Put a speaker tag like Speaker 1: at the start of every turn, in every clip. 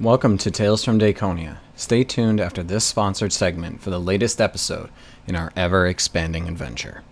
Speaker 1: Welcome to Tales from Daconia. Stay tuned after this sponsored segment for the latest episode in our ever expanding adventure.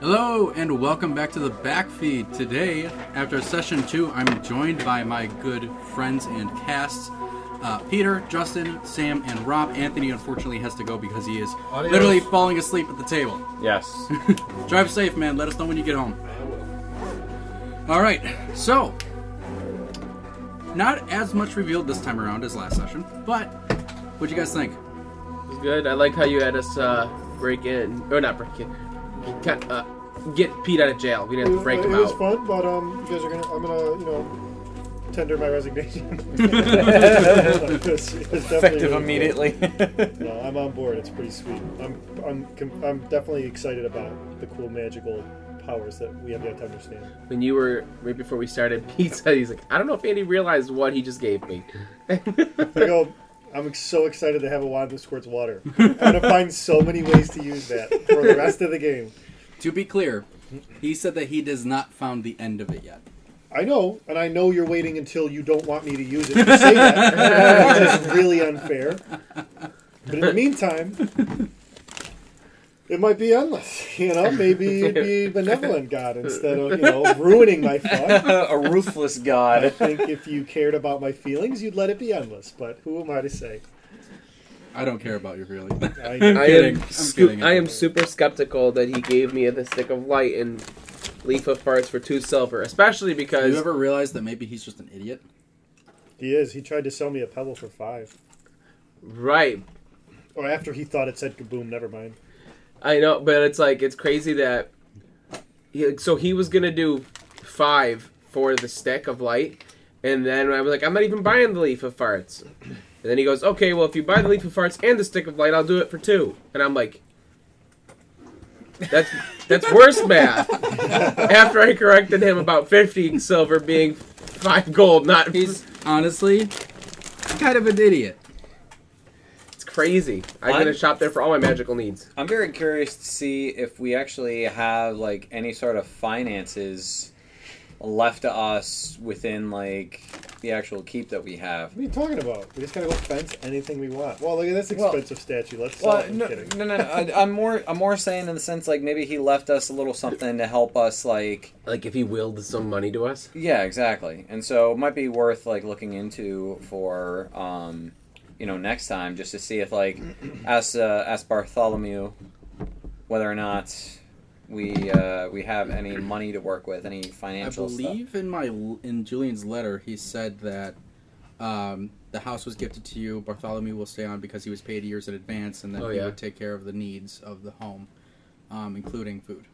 Speaker 2: Hello and welcome back to the backfeed. Today, after session two, I'm joined by my good friends and casts. Uh, Peter, Justin, Sam, and Rob. Anthony unfortunately has to go because he is
Speaker 3: Adios.
Speaker 2: literally falling asleep at the table.
Speaker 3: Yes.
Speaker 2: Drive safe, man. Let us know when you get home. All right. So, not as much revealed this time around as last session, but what do you guys think?
Speaker 4: It's good. I like how you had us uh, break in, or not break in, get, uh, get Pete out of jail. We didn't have to break
Speaker 5: it
Speaker 4: him
Speaker 5: was
Speaker 4: out.
Speaker 5: fun, but um, you guys are gonna. I'm gonna, you know, tender my resignation. It's- it's definitely really
Speaker 3: Effective
Speaker 5: cool.
Speaker 3: immediately.
Speaker 5: No, I'm on board. It's pretty sweet. I'm, I'm, com- I'm definitely excited about the cool magical powers that we have yet to understand.
Speaker 4: When you were right before we started, Pete said he's like, I don't know if Andy realized what he just gave me.
Speaker 5: I go. oh, I'm so excited to have a wand that squirts water. I'm gonna find so many ways to use that for the rest of the game.
Speaker 2: To be clear, he said that he does not found the end of it yet.
Speaker 5: I know, and I know you're waiting until you don't want me to use it to say that, which is really unfair. But in the meantime, it might be endless. You know, maybe it'd be benevolent God instead of you know ruining my fun.
Speaker 3: a ruthless
Speaker 5: I
Speaker 3: god.
Speaker 5: think if you cared about my feelings, you'd let it be endless. But who am I to say?
Speaker 2: I don't care about you, really.
Speaker 5: I,
Speaker 4: I
Speaker 2: kidding.
Speaker 4: am,
Speaker 2: I'm
Speaker 4: scu-
Speaker 2: kidding.
Speaker 4: I am super skeptical that he gave me the stick of light and leaf of parts for two silver, especially
Speaker 2: Have
Speaker 4: because
Speaker 2: you ever realized that maybe he's just an idiot?
Speaker 5: he is. He tried to sell me a pebble for five,
Speaker 4: right.
Speaker 5: or after he thought it said kaboom. Never mind.
Speaker 4: I know, but it's like it's crazy that. He, so he was gonna do five for the stick of light, and then I was like, I'm not even buying the leaf of farts. And then he goes, Okay, well if you buy the leaf of farts and the stick of light, I'll do it for two. And I'm like, That's that's worse math. After I corrected him about fifty silver being five gold, not
Speaker 2: He's honestly kind of an idiot.
Speaker 4: it's crazy. I'm, gonna
Speaker 3: I'm-
Speaker 4: shop there for all my magical needs.
Speaker 6: I'm very curious to see if we actually have like any sort of finances left to us within like the actual keep that we have.
Speaker 5: What are you talking about? We just gotta go fence anything we want. Well, look at this
Speaker 6: Well-
Speaker 5: expensive statue. Let's sell
Speaker 6: Well,
Speaker 5: it. I'm
Speaker 6: no,
Speaker 5: kidding.
Speaker 6: no, no. no. I, I'm more, I'm more saying in the sense like maybe he left us a little something to help us, like
Speaker 4: Like if he willed some money to us.
Speaker 6: yeah, exactly. And so it might be worth like looking into for, um, you know, next time just to see if like ask uh, ask Bartholomew whether or not we uh, we have any money to work with, any
Speaker 2: I
Speaker 6: financial stuff.
Speaker 2: believe in my in Julian's letter, he said that um, the house was gifted to you. Bartholomew will stay on because he was paid years in advance, and that
Speaker 4: Oh,
Speaker 2: he
Speaker 4: yeah.
Speaker 2: would take care of the needs of the home, um, including food.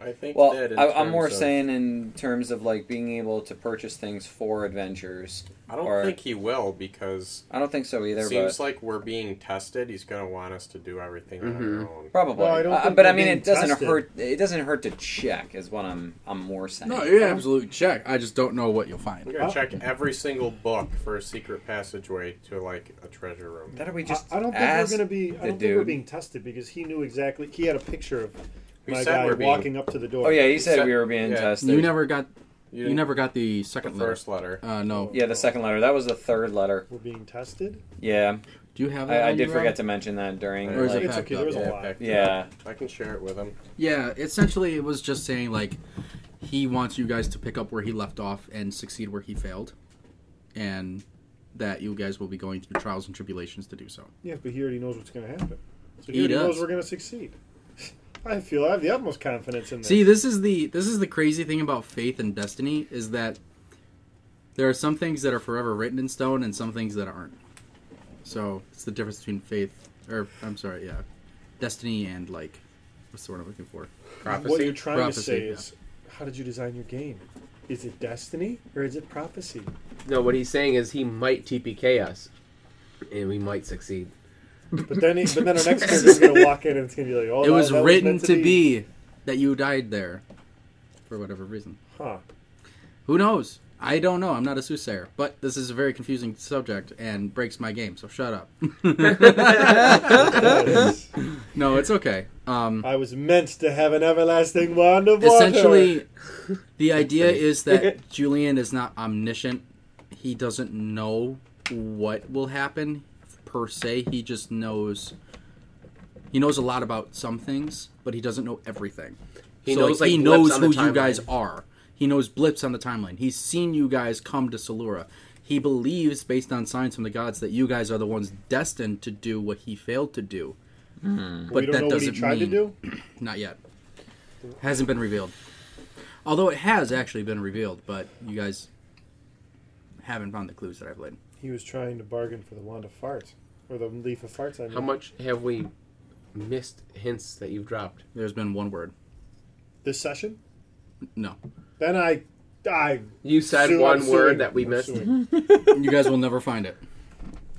Speaker 3: I think
Speaker 6: Well, I, I'm more saying in terms of like being able to purchase things for adventures.
Speaker 3: I don't
Speaker 6: or-
Speaker 3: think he will because
Speaker 6: I don't think so either.
Speaker 3: it seems
Speaker 6: but
Speaker 3: like we're being tested. He's going to want us to do everything on
Speaker 5: Mm-hmm.
Speaker 3: our own.
Speaker 6: probably.
Speaker 5: No, I don't
Speaker 6: Uh,
Speaker 5: think
Speaker 6: but
Speaker 5: we're
Speaker 6: I mean,
Speaker 5: being
Speaker 6: it doesn't
Speaker 5: tested.
Speaker 6: hurt. It doesn't hurt to check, is what I'm. I'm more saying.
Speaker 2: No, yeah, absolutely. Check. I just don't know what you'll
Speaker 3: We're
Speaker 2: find.
Speaker 3: going to check every single book for a secret passageway to like a treasure room.
Speaker 6: That we just.
Speaker 5: I, I don't think
Speaker 6: ask
Speaker 5: we're gonna
Speaker 6: the
Speaker 5: be. I don't think
Speaker 6: dude.
Speaker 5: we're being tested because he knew exactly. He had a picture of
Speaker 3: We
Speaker 5: my
Speaker 3: said
Speaker 5: guy
Speaker 3: we're being-
Speaker 5: walking up to the door.
Speaker 6: Oh yeah, he said
Speaker 3: said-
Speaker 6: we were being
Speaker 3: yeah.
Speaker 6: tested.
Speaker 2: You never got.
Speaker 3: You,
Speaker 2: You,
Speaker 3: didn't-
Speaker 2: never got the
Speaker 3: the
Speaker 2: second letter.
Speaker 3: first letter.
Speaker 2: Uh, no.
Speaker 6: Yeah, the second letter. That was the third letter.
Speaker 5: we're being tested.
Speaker 6: Yeah,
Speaker 2: Do you have that?
Speaker 6: I, I
Speaker 2: on
Speaker 6: did
Speaker 2: you,
Speaker 6: forget
Speaker 2: Rob?
Speaker 6: to mention that during.
Speaker 3: Or is it
Speaker 6: like,
Speaker 5: it's
Speaker 2: packed
Speaker 5: okay.
Speaker 2: up?
Speaker 5: There was
Speaker 3: Yeah,
Speaker 5: a lot.
Speaker 3: packed it up.
Speaker 6: yeah,
Speaker 3: I can share it with him.
Speaker 2: Yeah. Essentially, it was just saying like he wants you guys to pick up where he left off and succeed where he failed, and that you guys will be going through trials and tribulations to do so.
Speaker 5: Yeah, but he already knows what's gonna happen. So he,
Speaker 2: He
Speaker 5: already
Speaker 2: does.
Speaker 5: knows we're gonna succeed. I feel I have the utmost confidence in this.
Speaker 2: See, this is the this is the crazy thing about faith and destiny is that there are some things that are forever written in stone and some things that aren't. So it's the difference between faith, or I'm sorry, yeah, destiny and like what's the word I'm looking for?
Speaker 5: what you're
Speaker 4: Prophecy.
Speaker 5: trying
Speaker 2: prophecy,
Speaker 5: to say
Speaker 2: yeah.
Speaker 5: is, how did you design your game? Is it destiny or is it prophecy?
Speaker 4: No, what he's saying is he might TPK us, and we might succeed.
Speaker 5: But then, he, but then our next character's gonna walk in and it's gonna be like, oh,
Speaker 2: it
Speaker 5: that-
Speaker 2: was
Speaker 5: that
Speaker 2: written
Speaker 5: meant
Speaker 2: to be that you died there for whatever reason.
Speaker 5: Huh?
Speaker 2: Who knows? I don't know. I'm not a soothsayer, but this is a very confusing subject and breaks my game. So shut up. no, it's okay. Um,
Speaker 5: I was meant to have an everlasting wand of water.
Speaker 2: essentially, the idea is that Julian is not omniscient. He doesn't know what will happen per se. He just knows. He knows a lot about some things, but he doesn't know everything.
Speaker 4: He
Speaker 2: so
Speaker 4: knows,
Speaker 2: like, he
Speaker 4: like, blips
Speaker 2: knows
Speaker 4: on the
Speaker 2: who you
Speaker 4: timeline.
Speaker 2: guys are. He knows blips on the timeline. He's seen you guys come to Salura. He believes, based on signs from the gods, that you guys are the ones destined to do what he failed to do. But
Speaker 5: we don't
Speaker 2: that
Speaker 5: know what
Speaker 2: doesn't
Speaker 5: he tried
Speaker 2: mean
Speaker 5: to do.
Speaker 2: not yet. Hasn't been revealed. Although it has actually been revealed, but you guys haven't found the clues that I've laid.
Speaker 5: He was trying to bargain for the wand of farts or the leaf of farts. I mean,
Speaker 4: How much have we missed hints that you've dropped?
Speaker 2: There's been one word.
Speaker 5: this session?
Speaker 2: No.
Speaker 5: Then I, I
Speaker 4: You said
Speaker 5: sue-
Speaker 4: one
Speaker 5: I'm
Speaker 4: word
Speaker 5: suing.
Speaker 4: that we
Speaker 5: I'm
Speaker 4: missed.
Speaker 5: suing.
Speaker 2: You guys will never find it.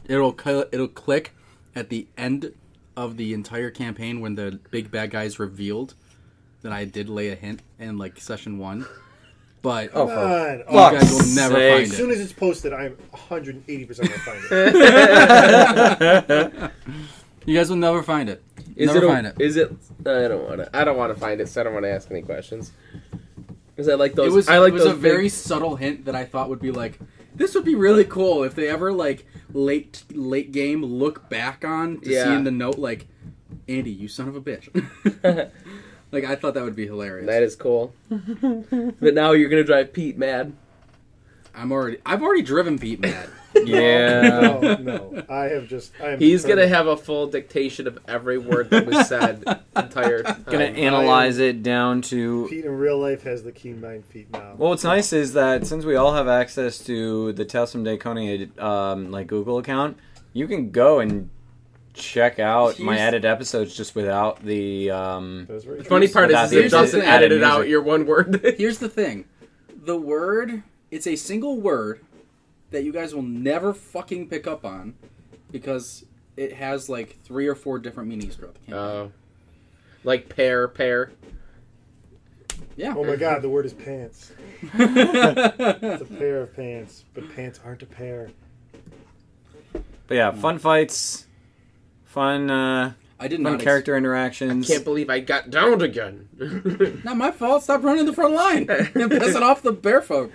Speaker 2: It'll cl- it'll click at the end of the entire campaign when the big bad guy is revealed that I did lay a hint in like session 1. But
Speaker 6: Oh, for
Speaker 5: Come on.
Speaker 2: you
Speaker 5: Oh,
Speaker 6: fuck's
Speaker 2: guys will never
Speaker 6: sake.
Speaker 2: find
Speaker 5: as
Speaker 2: it.
Speaker 5: soon as it's posted, I'm 180 percent gonna find it.
Speaker 2: you guys will never find it.
Speaker 4: Is
Speaker 2: never
Speaker 4: it, a-
Speaker 2: find it.
Speaker 4: Is it? I don't want to. I don't want to find it. So I don't want to ask any questions. Because I like those.
Speaker 2: it was
Speaker 4: I like
Speaker 2: it was
Speaker 4: those
Speaker 2: a very
Speaker 4: big-
Speaker 2: subtle hint that I thought would be like this would be really cool if they ever like late late game look back on to
Speaker 4: Yeah.
Speaker 2: see in the note like Andy you son of a bitch like I thought that would be hilarious
Speaker 4: That is cool. but now you're gonna drive Pete mad.
Speaker 2: I'm already I've already driven Pete mad
Speaker 6: Yeah.
Speaker 5: No, Oh, no, I have just. I am
Speaker 4: He's gonna
Speaker 5: determined.
Speaker 4: have a full dictation of every word that was said. entire. Time.
Speaker 2: Oh,
Speaker 6: Gonna analyze it down to
Speaker 5: Pete in real life has the keen mind Pete now.
Speaker 6: Well, what's nice is that since we all have access to the Tessum Daconia um, like Google account, you can go and check out my
Speaker 2: Here's-
Speaker 6: edit episodes just without the. Um,
Speaker 5: That's very
Speaker 4: Funny part
Speaker 6: Without
Speaker 4: is,
Speaker 6: the
Speaker 4: is it doesn't
Speaker 2: addition-
Speaker 4: edit it
Speaker 6: added
Speaker 4: out.
Speaker 6: music.
Speaker 4: Your one word.
Speaker 2: here's the thing the word it's a single word that you guys will never fucking pick up on because it has like three or four different meanings throughout the campaign.
Speaker 4: Oh. Like pair, pair.
Speaker 2: yeah
Speaker 5: Oh my god, the word is pants. It's a pair of pants, but pants aren't a pair.
Speaker 6: but yeah, fun fights, fun uh,
Speaker 2: I did
Speaker 6: fun
Speaker 2: not ex-
Speaker 6: character interactions.
Speaker 4: Can't believe I got downed again.
Speaker 2: Not my fault. Stop running the front line and pissing off the bear folk.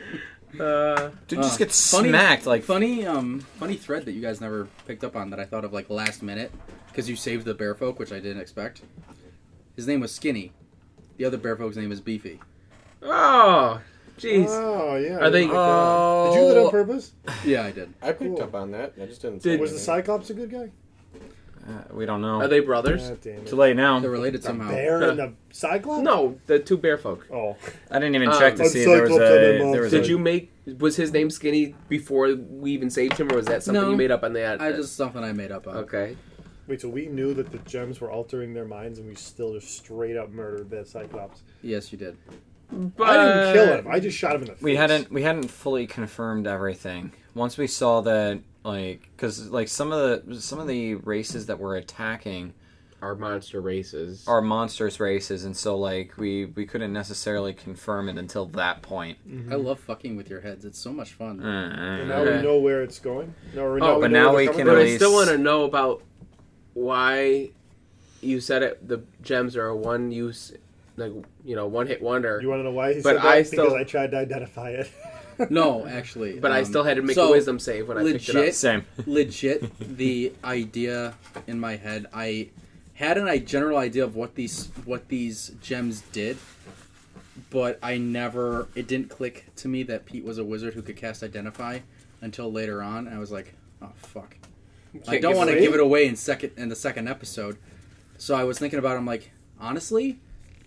Speaker 4: uh,
Speaker 6: Dude,
Speaker 2: Uh,
Speaker 6: just get
Speaker 2: funny-
Speaker 6: smacked like
Speaker 2: Funny, um, funny thread that you guys never picked up on that I thought of like last minute because you saved the bear folk, which I didn't expect. His name was Skinny. The other bear folk's name is Beefy.
Speaker 4: oh, jeez.
Speaker 5: Oh yeah.
Speaker 4: Are they-
Speaker 5: oh my God. Did you do that on
Speaker 6: Oh.
Speaker 5: purpose?
Speaker 2: Yeah, I did.
Speaker 3: I picked
Speaker 5: Cool.
Speaker 3: up on that. I just didn't.
Speaker 4: Did-
Speaker 3: Did,
Speaker 5: Was the Cyclops a good guy?
Speaker 6: Uh, we don't know.
Speaker 4: Are they brothers?
Speaker 5: God damn it.
Speaker 6: Too late now.
Speaker 2: They're related
Speaker 5: The
Speaker 2: somehow.
Speaker 5: bear and the Cyclops?
Speaker 4: No, the two bear folk.
Speaker 5: Oh,
Speaker 6: I didn't even
Speaker 4: Um,
Speaker 6: check to
Speaker 5: I'm
Speaker 6: see if there was
Speaker 5: psyched up on
Speaker 6: a.
Speaker 5: them all.
Speaker 6: There was
Speaker 4: Did
Speaker 6: a-
Speaker 4: you make? Was his name Skinny before we even saved him, or was that something
Speaker 2: No.
Speaker 4: you made up on that?
Speaker 2: I just something I made up on.
Speaker 4: okay.
Speaker 5: wait. So we knew that the gems were altering their minds, and we still just straight up murdered that Cyclops.
Speaker 2: Yes, you did.
Speaker 4: But
Speaker 5: I didn't kill him. I just shot him in the face.
Speaker 6: we hadn't we hadn't fully confirmed everything once we saw that like because like some of the some of the races that we're attacking
Speaker 4: Our monster races.
Speaker 6: are monstrous races and so like we we couldn't necessarily confirm it until that point
Speaker 2: I
Speaker 5: Mm.
Speaker 2: love fucking with your heads. It's so much fun.
Speaker 4: Uh.
Speaker 6: Mm-hmm.
Speaker 5: And now we
Speaker 4: Okay.
Speaker 5: know where it's going. No, or
Speaker 4: Oh,
Speaker 5: we
Speaker 6: but
Speaker 5: know
Speaker 6: now
Speaker 5: where
Speaker 6: we
Speaker 5: they're
Speaker 6: can
Speaker 5: coming
Speaker 4: but
Speaker 5: from.
Speaker 4: I still want to know about why you said it. The gems are a one use, like you know, one hit wonder.
Speaker 5: You want to know why he
Speaker 4: But
Speaker 5: said that?
Speaker 4: I still-
Speaker 5: because I tried to identify it.
Speaker 2: No, actually.
Speaker 4: But I
Speaker 2: um,
Speaker 4: still had to make
Speaker 2: so-
Speaker 4: a wisdom save when I picked it
Speaker 2: legit-
Speaker 4: up.
Speaker 6: same
Speaker 2: legit the idea in my head. I had an I general idea of what these what these gems did, but I never it didn't click to me that Pete was a wizard who could cast identify until later on. And I was like, oh fuck, I
Speaker 4: Can't
Speaker 2: don't
Speaker 4: give
Speaker 2: want to
Speaker 4: away.
Speaker 2: give it away in second in the second episode. So I was thinking about. it, I'm like, honestly,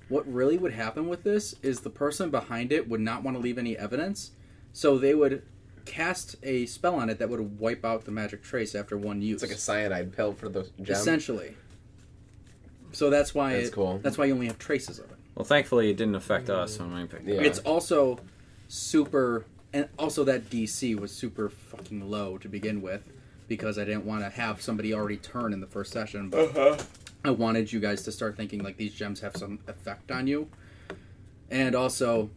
Speaker 2: what really would happen with this is the person behind it would not want to leave any evidence, so they would cast a spell on it that would wipe out the magic trace after one use,
Speaker 4: It's like a cyanide pill for the gem.
Speaker 2: essentially. So that's why
Speaker 4: That's
Speaker 2: it-
Speaker 4: cool.
Speaker 2: That's why you only have traces of it.
Speaker 6: well thankfully it didn't affect us when we picked it
Speaker 4: Yeah.
Speaker 6: up.
Speaker 2: It's also super, and also that DC was super fucking low to begin with because I didn't want to have somebody already turn in the first session, but I wanted you guys to start thinking like these gems have some effect on you, and also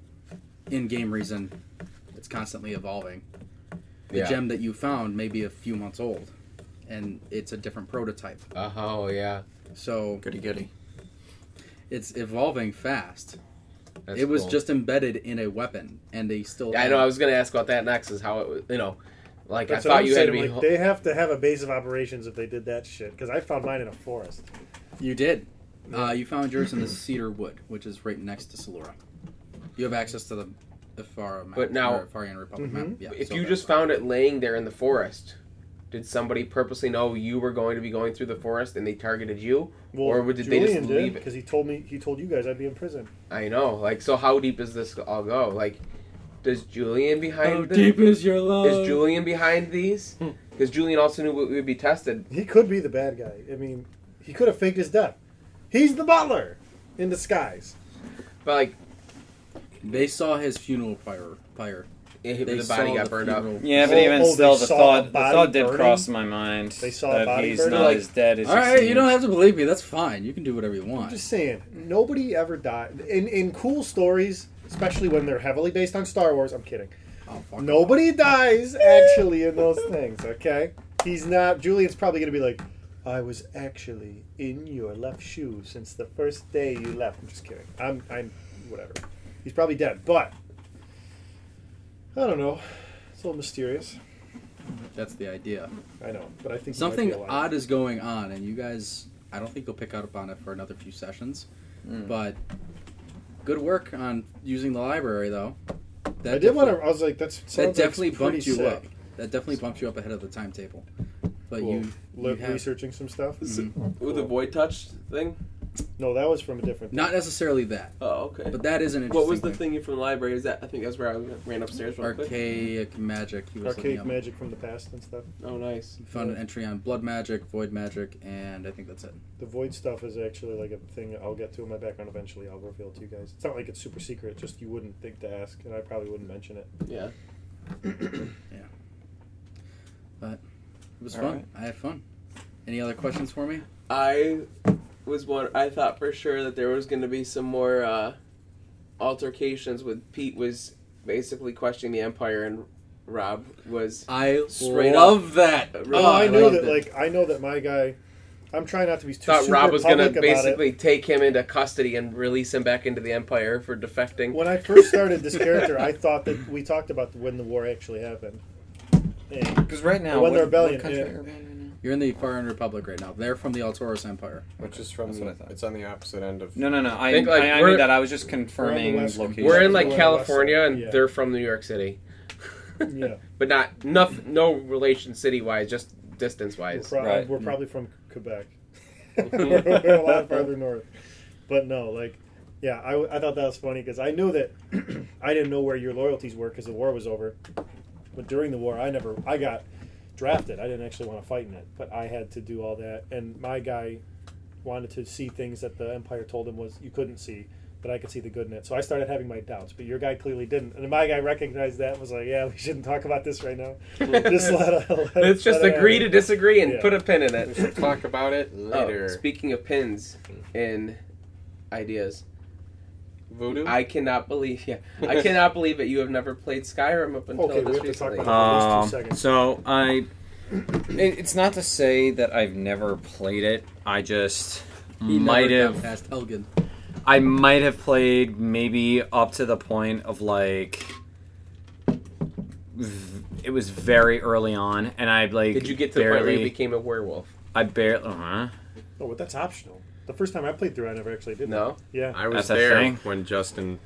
Speaker 2: in game reason, it's it's constantly evolving. The
Speaker 4: Yeah.
Speaker 2: gem that you found may be a few months old, and it's a different prototype.
Speaker 4: Oh yeah.
Speaker 2: So
Speaker 1: Goody goody.
Speaker 2: it's evolving fast.
Speaker 4: That's
Speaker 2: it was
Speaker 4: cool.
Speaker 2: just embedded in a weapon, and they still.
Speaker 4: I know. I was gonna ask about that next. Is how it was. You know, like
Speaker 5: That's
Speaker 4: I
Speaker 5: what
Speaker 4: thought
Speaker 5: I'm
Speaker 4: you had to
Speaker 5: saying,
Speaker 4: be.
Speaker 5: like, they have to have a base of operations if they did that shit. Because I found mine in a forest.
Speaker 2: You did. Uh, you found yours in the cedar wood, which is right next to Salura. You have access to the Ifara map.
Speaker 4: But now- Mm-hmm.
Speaker 2: or Ifarian Republic map. Yeah,
Speaker 4: if
Speaker 2: so
Speaker 4: you
Speaker 2: that's
Speaker 4: just
Speaker 2: why.
Speaker 4: found it laying there in the forest, did somebody purposely know you were going to be going through the forest and they targeted you,
Speaker 5: Well,
Speaker 4: or did
Speaker 5: Julian
Speaker 4: they just leave it?
Speaker 5: Because he told me he told you guys I'd be in prison.
Speaker 4: I know. Like, so how deep does this all go? Like, does Julian behind?
Speaker 7: How
Speaker 4: the-
Speaker 7: deep is your love?
Speaker 4: Is Julian behind these? Because Julian also knew we would be tested.
Speaker 5: He could be the bad guy. I mean, he could have faked his death. He's the butler in disguise.
Speaker 4: But like,
Speaker 2: they saw his funeral pyre. pyre.
Speaker 4: if
Speaker 2: They
Speaker 4: the body
Speaker 2: saw
Speaker 4: got
Speaker 2: the
Speaker 4: burned
Speaker 2: funeral-
Speaker 4: up.
Speaker 6: Yeah, but
Speaker 5: Oh,
Speaker 6: even
Speaker 5: oh, they
Speaker 6: still, the
Speaker 5: saw
Speaker 6: thought
Speaker 5: a
Speaker 6: the
Speaker 5: body
Speaker 6: thought did
Speaker 5: burning?
Speaker 6: cross my mind.
Speaker 5: They saw a
Speaker 6: that
Speaker 5: body
Speaker 6: he's
Speaker 5: burning?
Speaker 6: not
Speaker 4: Like-
Speaker 6: as dead as
Speaker 2: All
Speaker 6: he
Speaker 2: right, you
Speaker 6: seems.
Speaker 2: don't have to believe me. That's fine. You can do whatever you want.
Speaker 5: I'm just saying, nobody ever died in in cool stories, especially when they're heavily based on Star Wars. I'm kidding.
Speaker 2: oh, fuck
Speaker 5: Nobody dies actually in those things. Okay, he's not. Julian's probably gonna be like, I was actually in your left shoe since the first day you left. I'm just kidding. I'm I'm whatever. He's probably dead, but I don't know. It's a little mysterious.
Speaker 2: That's the idea.
Speaker 5: I know, but I think he might be
Speaker 2: Something
Speaker 5: alive.
Speaker 2: odd is going on, and you guys, I don't think you'll pick up on it for another few sessions.
Speaker 6: Hmm.
Speaker 2: But good work on using the library, though. That
Speaker 5: I did want to.
Speaker 2: definitely-
Speaker 5: I was like, that's
Speaker 2: That definitely bumped you up. That definitely bumped you up ahead of the timetable. But
Speaker 5: Cool.
Speaker 2: you, you
Speaker 5: Le-
Speaker 2: have-
Speaker 5: researching some stuff.
Speaker 2: Mm-hmm.
Speaker 8: With the void touch thing?
Speaker 5: No, that was from a different.
Speaker 2: not necessarily that,
Speaker 8: Oh, okay.
Speaker 2: but that is an interesting.
Speaker 8: what was the thing from the library? Is that I think that's where I ran upstairs real quick.
Speaker 2: Archaic magic. He was
Speaker 5: archaic
Speaker 2: looking up.
Speaker 5: magic from the past and stuff.
Speaker 8: Oh, nice.
Speaker 2: Found an entry on blood magic, void magic, and I think that's it.
Speaker 5: The void stuff is actually like a thing I'll get to in my background eventually. I'll reveal to you guys. It's not like it's super secret. Just you wouldn't think to ask, and I probably wouldn't mention it.
Speaker 8: Yeah.
Speaker 2: It was
Speaker 6: All
Speaker 2: fun.
Speaker 6: right.
Speaker 2: I had fun. Any other questions for me?
Speaker 8: I was one. I thought for sure that there was going to be some more uh, altercations with Pete was basically questioning the Empire and Rob was.
Speaker 2: I
Speaker 8: Straight Uh,
Speaker 2: love that.
Speaker 8: Really?
Speaker 5: oh, I know
Speaker 2: loved
Speaker 5: that.
Speaker 2: it.
Speaker 5: Like I know that my guy. I'm trying not to be too
Speaker 4: Thought
Speaker 5: super
Speaker 4: Rob was
Speaker 5: public
Speaker 4: gonna
Speaker 5: about
Speaker 4: basically take him into custody and release him back into the Empire for defecting.
Speaker 5: it. When I first started this character, I thought that we talked about when the war actually happened. And
Speaker 6: Because right now,
Speaker 5: When
Speaker 6: what,
Speaker 5: the rebellion-
Speaker 6: what country
Speaker 5: yeah.
Speaker 6: are we in right now?
Speaker 2: You're in the Far End Republic right now. They're from the Altoros Empire.
Speaker 3: Which is from
Speaker 6: That's what I thought.
Speaker 3: it's on the opposite end of
Speaker 6: No, no, no. I,
Speaker 4: Think, like,
Speaker 6: I, I
Speaker 4: we're-
Speaker 6: knew that. I was just confirming
Speaker 5: We're on the west-
Speaker 6: location.
Speaker 4: We're in like
Speaker 5: Yeah.
Speaker 4: California, and
Speaker 5: Yeah.
Speaker 4: they're from New York City,
Speaker 5: yeah,
Speaker 4: but not noth- no relation city wise, just distance
Speaker 5: we're,
Speaker 4: wise.
Speaker 5: pro-
Speaker 6: Right.
Speaker 5: we're probably from Quebec. we're, we're a lot farther north. But no, like, yeah, I, w- I thought that was funny because I knew that I didn't know where your loyalties were because the war was over. But during the war, I never, I got drafted. I didn't actually want to fight in it, but I had to do all that. And my guy wanted to see things that the Empire told him was you couldn't see, but I could see the good in it. So I started having my doubts, but your guy clearly didn't. And my guy recognized that and was like, yeah, we shouldn't talk about this right now. just let, it- let it-
Speaker 4: Let's just
Speaker 5: let it
Speaker 4: agree to
Speaker 5: happen.
Speaker 4: disagree and
Speaker 5: Yeah.
Speaker 4: put a pin in
Speaker 3: We
Speaker 4: it.
Speaker 3: should talk about it later.
Speaker 4: Oh, speaking of pins and ideas,
Speaker 8: Voodoo?
Speaker 4: I cannot believe yeah, I cannot believe it. You have never played Skyrim up until
Speaker 5: Okay, we
Speaker 4: this
Speaker 5: have to talk
Speaker 4: recently.
Speaker 5: about At
Speaker 6: Um,
Speaker 5: least two seconds.
Speaker 6: so I, it, it's not to say that I've never played it. I just
Speaker 2: He
Speaker 6: might
Speaker 2: never got
Speaker 6: have.
Speaker 2: past Elgin.
Speaker 6: I might have played maybe up to the point of like. v- It was very early on, and I like.
Speaker 4: Did you get to the
Speaker 6: barely,
Speaker 4: point where you became a werewolf?
Speaker 6: I barely. Uh,
Speaker 5: Oh, but that's optional. The first time I played through, I never actually did. that.
Speaker 4: No.
Speaker 5: Yeah.
Speaker 3: I was
Speaker 6: That's a
Speaker 3: there
Speaker 6: thing.
Speaker 3: when Justin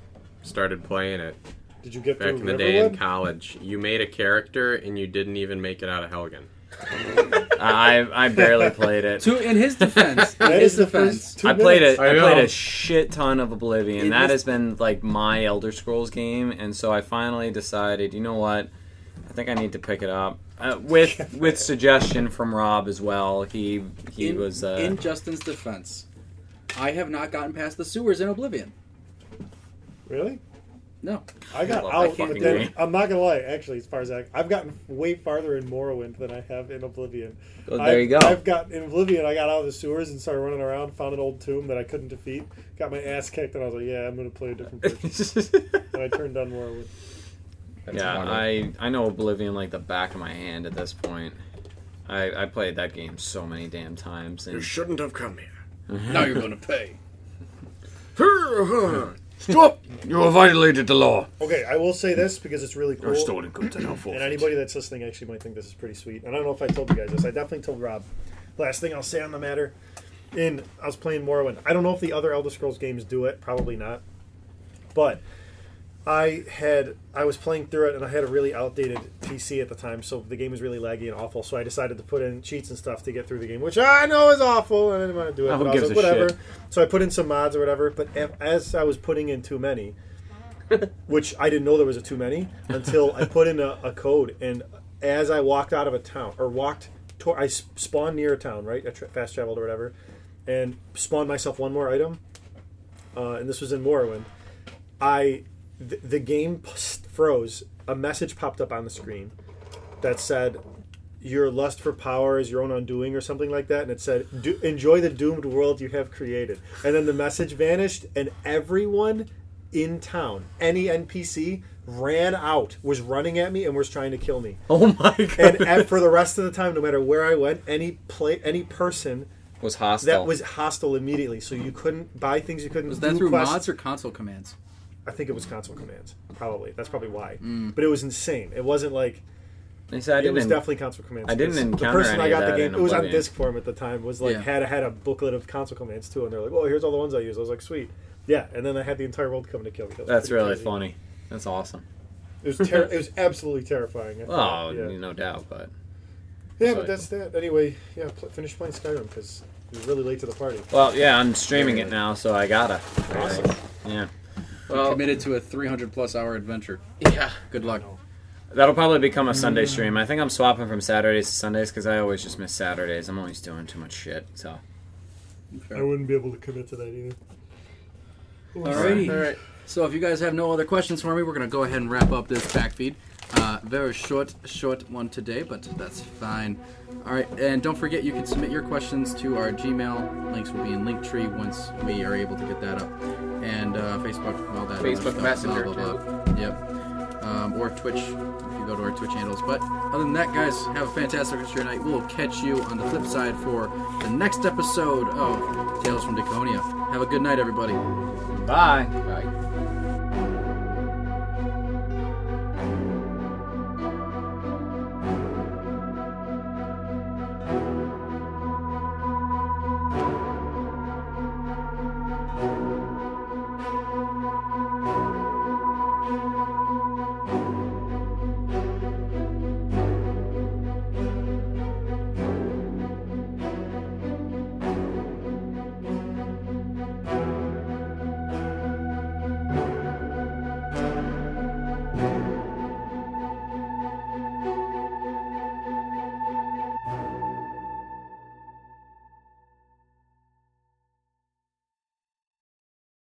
Speaker 3: started playing it
Speaker 5: Did you get
Speaker 3: back
Speaker 5: through
Speaker 3: in the day in
Speaker 5: Riverwood?
Speaker 3: college. You made a character and you didn't even make it out of Helgen.
Speaker 6: I I barely played it.
Speaker 2: To in his defense, in
Speaker 5: That
Speaker 2: his
Speaker 5: is the
Speaker 2: defense,
Speaker 5: first two
Speaker 6: I played it.
Speaker 5: minutes.
Speaker 6: I,
Speaker 3: I
Speaker 6: played
Speaker 3: know.
Speaker 6: a shit ton of Oblivion.
Speaker 2: It
Speaker 6: that
Speaker 2: was-
Speaker 6: has been like my Elder Scrolls game, and so I finally decided. You know what? I think I need to pick it up. Uh, with with suggestion from Rob as well. He he
Speaker 2: in,
Speaker 6: was uh,
Speaker 2: in Justin's defense, I have not gotten past the sewers in Oblivion.
Speaker 5: Really?
Speaker 2: No,
Speaker 5: I got
Speaker 6: love
Speaker 5: out,
Speaker 6: that
Speaker 5: but
Speaker 6: fucking
Speaker 5: then
Speaker 6: game.
Speaker 5: I'm not gonna lie. Actually, as far as I, I've gotten way farther in Morrowind than I have in Oblivion.
Speaker 6: oh,
Speaker 5: I've,
Speaker 6: there you go.
Speaker 5: I've got in Oblivion. I got out of the sewers and started running around. Found an old tomb that I couldn't defeat. Got my ass kicked, and I was like, "Yeah, I'm gonna play a different version." and I turned on Morrowind.
Speaker 1: That's
Speaker 6: yeah,
Speaker 1: about it.
Speaker 6: I I know Oblivion like the back of my hand at this point. I I played that game so many damn times. And
Speaker 5: shouldn't have come here.
Speaker 2: Now you're gonna pay.
Speaker 5: Stop!
Speaker 7: You have violated the law.
Speaker 5: Okay, I will say this because it's really
Speaker 7: Your
Speaker 5: cool.
Speaker 7: stolen goods are now forfeit.
Speaker 5: And anybody that's listening actually might think this is pretty sweet. And I don't know if I told you guys this. I definitely told Rob. Last thing I'll say on the matter. In I was playing Morrowind. I don't know if the other Elder Scrolls games do it. Probably not. But I had I was playing through it and I had a really outdated PC at the time, so the game was really laggy and awful. So I decided to put in cheats and stuff to get through the game, which I know is awful and I didn't want to do it.
Speaker 1: Oh, who
Speaker 5: but I was
Speaker 1: gives
Speaker 5: like,
Speaker 1: a shit?
Speaker 5: whatever. So I put in some mods or whatever. But a- as I was putting in too many, which I didn't know there was a too many until I put in a, a code. And as I walked out of a town or walked, to, I s- spawned near a town, right? I tra- fast traveled or whatever, and spawned myself one more item. Uh, and this was in Morrowind. I th- the game p- froze. A message popped up on the screen that said, "Your lust for power is your own undoing," or something like that. And it said, Do- "Enjoy the doomed world you have created." And then the message vanished, and everyone in town, any NPC, ran out, was running at me, and was trying to kill me.
Speaker 1: Oh my god.
Speaker 5: And, and for the rest of the time, no matter where I went, any play, any person
Speaker 6: was hostile.
Speaker 5: that was hostile immediately. So you couldn't buy things. You couldn't.
Speaker 2: Was that
Speaker 5: do
Speaker 2: through
Speaker 5: quests.
Speaker 2: mods or console commands?
Speaker 5: I think it was console commands. Probably that's probably why.
Speaker 2: Mm.
Speaker 5: But it was insane. It wasn't like
Speaker 6: They said I
Speaker 5: it was
Speaker 6: didn't.
Speaker 5: definitely console commands.
Speaker 6: I didn't
Speaker 5: Because
Speaker 6: encounter
Speaker 5: the person
Speaker 6: any
Speaker 5: I
Speaker 6: of
Speaker 5: got
Speaker 6: that
Speaker 5: the game.
Speaker 6: in
Speaker 5: It was on
Speaker 6: Oblivion.
Speaker 5: disc form at the time. Was like
Speaker 2: Yeah.
Speaker 5: had had a booklet of console commands too, and they're like, "Well, here's all the ones I use." I was like, "Sweet." Yeah, and then I had the entire world coming to kill me. That was
Speaker 6: That's
Speaker 5: pretty
Speaker 6: really
Speaker 5: crazy.
Speaker 6: funny. That's awesome.
Speaker 5: It was ter- it was absolutely terrifying. I
Speaker 6: Oh,
Speaker 5: thought, yeah,
Speaker 6: no doubt. But
Speaker 5: yeah, but that's that. Anyway, yeah, pl- finish playing Skyrim because you're really late to the party.
Speaker 6: well, yeah, I'm streaming it now, so I gotta.
Speaker 5: Awesome.
Speaker 6: Yeah,
Speaker 2: You
Speaker 4: Well,
Speaker 2: committed to a 300 plus hour adventure.
Speaker 4: yeah.
Speaker 2: Good luck.
Speaker 6: that'll probably become a Sunday stream. I think I'm swapping from Saturdays to Sundays because I always just miss Saturdays. I'm always doing too much shit. So
Speaker 5: I wouldn't be able to commit to that either.
Speaker 2: Alrighty.
Speaker 4: All right.
Speaker 2: So if you guys have no other questions for me, we're gonna go ahead and wrap up this back feed. Uh, very short, short one today, but that's fine. All right, and don't forget you can submit your questions to our Gmail. Links will be in Linktree once we are able to get that up, and uh, Facebook, all that. other
Speaker 4: Facebook
Speaker 2: stuff, blah,
Speaker 4: Messenger,
Speaker 2: blah, blah. Yep. Um, or Twitch if you go to our Twitch handles. But other than that, guys, have a fantastic rest of your night. We'll catch you on the flip side for the next episode of Tales from Deconia. Have a good night, everybody.
Speaker 6: bye.
Speaker 4: Bye.